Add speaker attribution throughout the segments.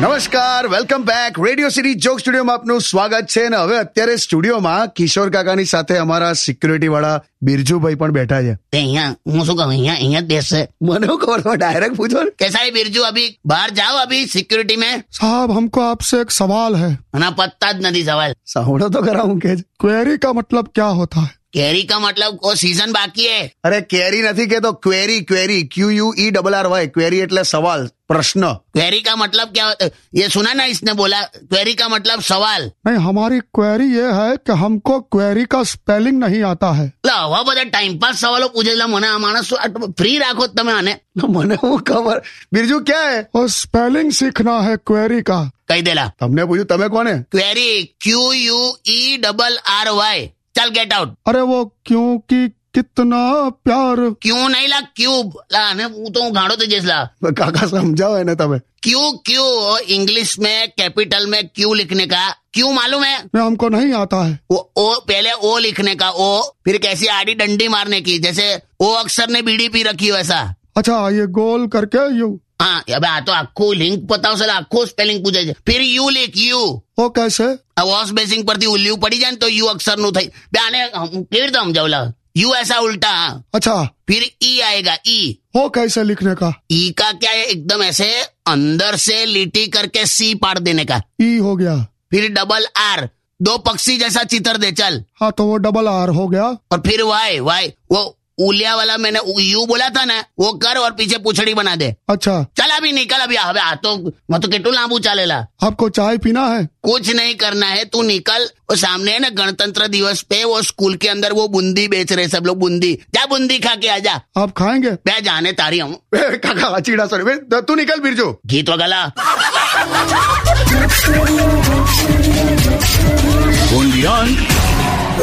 Speaker 1: નમસ્કાર welcome back radio city joke સ્ટુડિયોમાં આપનું સ્વાગત છે અને હવે અત્યારે સ્ટુડિયોમાં કિશોર કાકાની સાથે અમારા સિક્યુરિટી વાળા બિરજુભાઈ પણ બેઠા છે
Speaker 2: તે અહીંયા હું શું કહું અહીંયા અહીંયા જ બેસશે
Speaker 1: મને શું ખબર તમે ડાયરેક્ટ પૂછો ને
Speaker 2: कैसा है बिरजू अभी बाहर जाओ अभी सिक्योरिटी में
Speaker 3: साहब हमको आपसे एक सवाल है
Speaker 2: ना पत्ता ज नहीं सवाल
Speaker 1: સાંભળો તો ખરા હું કે છે.
Speaker 3: क्वेरी का मतलब क्या होता है
Speaker 2: कैरी का मतलब वो सीजन बाकी है
Speaker 1: અરે કેરી નથી કેતો query query Q U E double R Y query એટલે સવાલ પ્રશ્ન
Speaker 2: क्वेरी का मतलब क्या होता ये सुना ना इसने बोला क्वेरी का मतलब सवाल
Speaker 3: नहीं हमारी क्वेरी ये है कि हमको क्वेरी का स्पेलिंग नहीं आता है
Speaker 2: એટલે આવા બધા ટાઈમ પાસ સવાલો પૂછેલા મને આ માણસ ફ્રી રાખો જ તમે આને
Speaker 1: મને હું ખબર બિરજુ ક્યાં હે
Speaker 3: और स्पेलिंग सीखना है क्वेरी का
Speaker 2: કહી દેલા
Speaker 1: તમને પૂછ્યું તમે કોને
Speaker 2: query Q U E double R Y ચાલ ગેટ આઉટ
Speaker 3: अरे वो क्योंकि कितना प्यार
Speaker 2: ક્યુ નહીં લા ક્યુબ લા આને હું તો હું ગાંડો થઈ જઈશ લા
Speaker 1: કાકા સમજાવો એને તમે
Speaker 2: क्यू क्यू इंग्लिश में कैपिटल में क्यू लिखने का क्यू मालूम है
Speaker 3: में हमको नहीं आता है
Speaker 2: ओ, ओ पहले ओ लिखने का ओ फिर कैसी आड़ी डंडी मारने की जैसे ओ अक्षर ने बीड़ी पी रखी हो ऐसा
Speaker 3: अच्छा ये गोल करके यू
Speaker 2: हाँ अबे आ तो आखो लिंक बताओ सर आखो स्पेलिंग पूछे છે. फिर यू लिख यू
Speaker 3: वो कैसे
Speaker 2: આ વોશ બેસિંગ પરથી ઉલ્યું પડી જાય ને તો યુ અક્ષરનું થઈ બે આને હું કેવી રીતે સમજાવલા યુ ऐसा उल्टा हाँ.
Speaker 3: अच्छा
Speaker 2: फिर ई आएगा ई
Speaker 3: वो कैसे लिखने का
Speaker 2: ई का क्या है एकदम ऐसे अंदर से लिटी करके सी पाड़ देने का
Speaker 3: ई हो गया
Speaker 2: फिर डबल आर दो पक्षी जैसा चितर दे चल
Speaker 3: हाँ तो वो डबल आर हो गया
Speaker 2: और फिर वाई वाई वो उलिया वाला मैंने यू बोला था ना वो कर और पीछे पुछड़ी बना दे
Speaker 3: अच्छा
Speaker 2: चल अभी निकल अभी हवे आ तो मैं तो किटू लांबू चालेला
Speaker 3: आपको चाय पीना है
Speaker 2: कुछ नहीं करना है तू निकल वो सामने है ना गणतंत्र दिवस पे वो स्कूल के अंदर वो बूंदी बेच रहे सब लोग बूंदी जा बूंदी खा के आ जा
Speaker 3: आप खाएंगे
Speaker 2: मैं जाने तारी हूँ
Speaker 1: એ, કાકા ચીડા સોરી તું નીકળ બિરજુ
Speaker 2: गीत वगला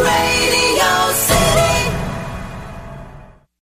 Speaker 4: Radio